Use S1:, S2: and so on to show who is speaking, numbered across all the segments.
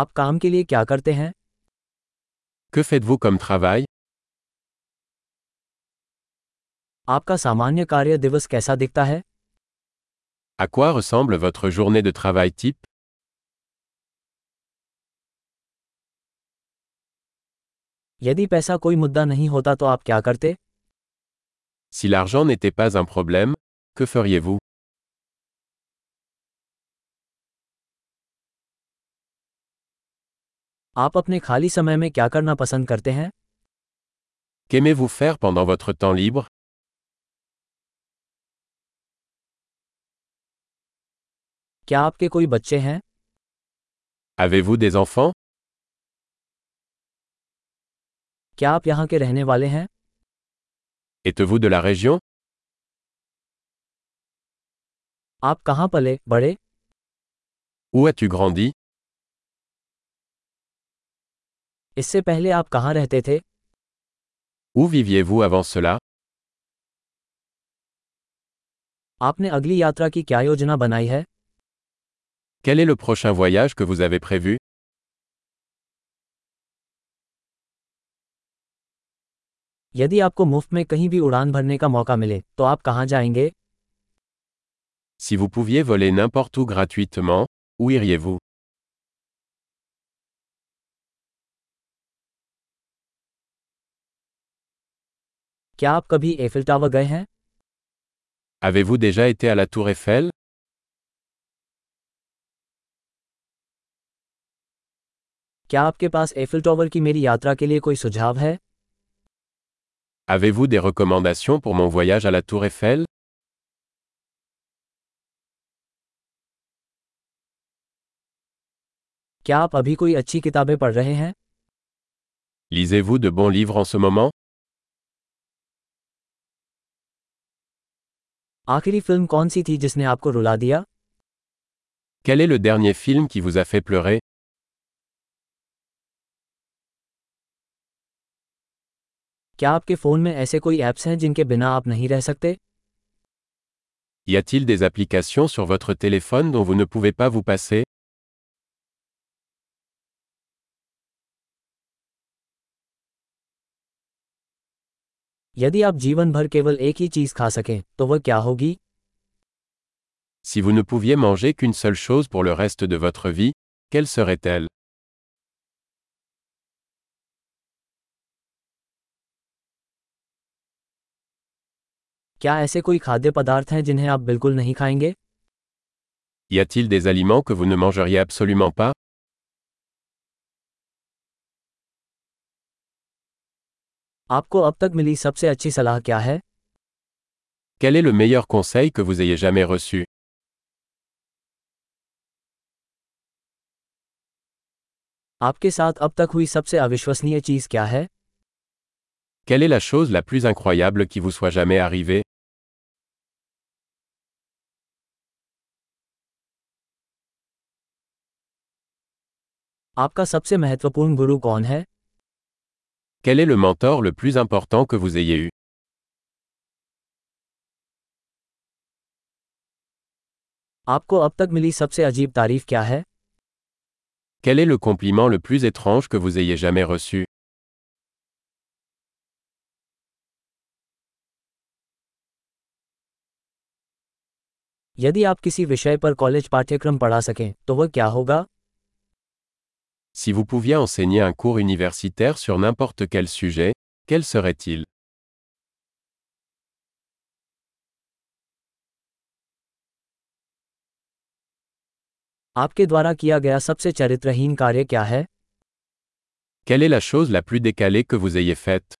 S1: आप काम के लिए क्या करते हैं
S2: Que faites-vous comme travail
S1: आपका सामान्य कार्य दिवस कैसा दिखता है
S2: À quoi ressemble votre journée de travail type
S1: यदि पैसा कोई मुद्दा नहीं होता तो आप क्या करते
S2: Si l'argent n'était pas un problème, que feriez-vous
S1: आप अपने खाली समय में क्या करना पसंद करते हैं
S2: Qu'aimez-vous faire pendant votre temps libre
S1: क्या आपके कोई बच्चे हैं
S2: Avez-vous des enfants
S1: क्या आप यहाँ के रहने वाले हैं
S2: Êtes-vous de la région
S1: आप कहाँ पले बड़े
S2: Où as-tu grandi
S1: इससे पहले आप कहाँ रहते थे
S2: Où viviez-vous avant cela
S1: आपने अगली यात्रा की क्या योजना बनाई है
S2: Quel est le prochain voyage que vous avez prévu
S1: यदि आपको मुफ्त में कहीं भी उड़ान भरने का मौका मिले तो आप कहाँ जाएंगे
S2: Si vous pouviez voler n'importe où gratuitement, où iriez-vous
S1: क्या आप कभी एफिल टावर गए हैं
S2: Avez-vous déjà été à la tour Eiffel
S1: क्या आपके पास एफिल टावर की मेरी यात्रा के लिए कोई सुझाव है
S2: Avez-vous des recommandations pour mon voyage à la tour Eiffel
S1: क्या आप अभी कोई अच्छी किताबें पढ़ रहे हैं
S2: Lisez-vous de bons livres en ce moment
S1: आखिरी फिल्म कौन सी थी जिसने आपको रुला दिया
S2: Quel est le dernier film qui vous a fait pleurer
S1: क्या आपके फ़ोन में ऐसे कोई ऐप्स हैं जिनके बिना आप नहीं रह सकते
S2: Y a-t-il des applications sur votre téléphone dont vous ne pouvez pas vous passer
S1: यदि आप जीवन भर केवल एक ही चीज़ खा सकें तो वह क्या होगी
S2: Si vous ne pouviez manger qu'une seule chose pour le reste de votre vie, quelle serait-elle
S1: क्या ऐसे कोई खाद्य पदार्थ हैं जिन्हें आप बिल्कुल नहीं खाएंगे
S2: Y a-t-il des aliments que vous ne mangeriez absolument pas
S1: आपको अब तक मिली सबसे अच्छी सलाह क्या है
S2: Quel est le meilleur conseil que vous ayez jamais reçu
S1: आपके साथ अब तक हुई सबसे अविश्वसनीय चीज़ क्या है
S2: Quelle est la chose la plus incroyable qui vous soit jamais arrivée
S1: आपका सबसे महत्वपूर्ण गुरु कौन है
S2: Quel est le mentor le plus important que vous ayez eu
S1: आपको अब तक मिली सबसे अजीब तारीफ क्या है
S2: Quel est le compliment le plus étrange que vous ayez jamais reçu
S1: यदि आप किसी विषय पर कॉलेज पाठ्यक्रम पढ़ा सकें तो वह क्या होगा
S2: Si vous pouviez enseigner un cours universitaire sur n'importe quel sujet, quel serait-il
S1: आपके द्वारा किया गया सबसे चरित्रहीन कार्य क्या है
S2: Quelle est la chose la plus décalée que vous ayez faite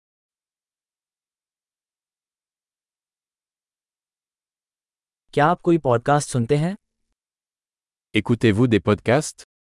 S1: क्या आप कोई पॉडकास्ट सुनते हैं
S2: Écoutez-vous des podcasts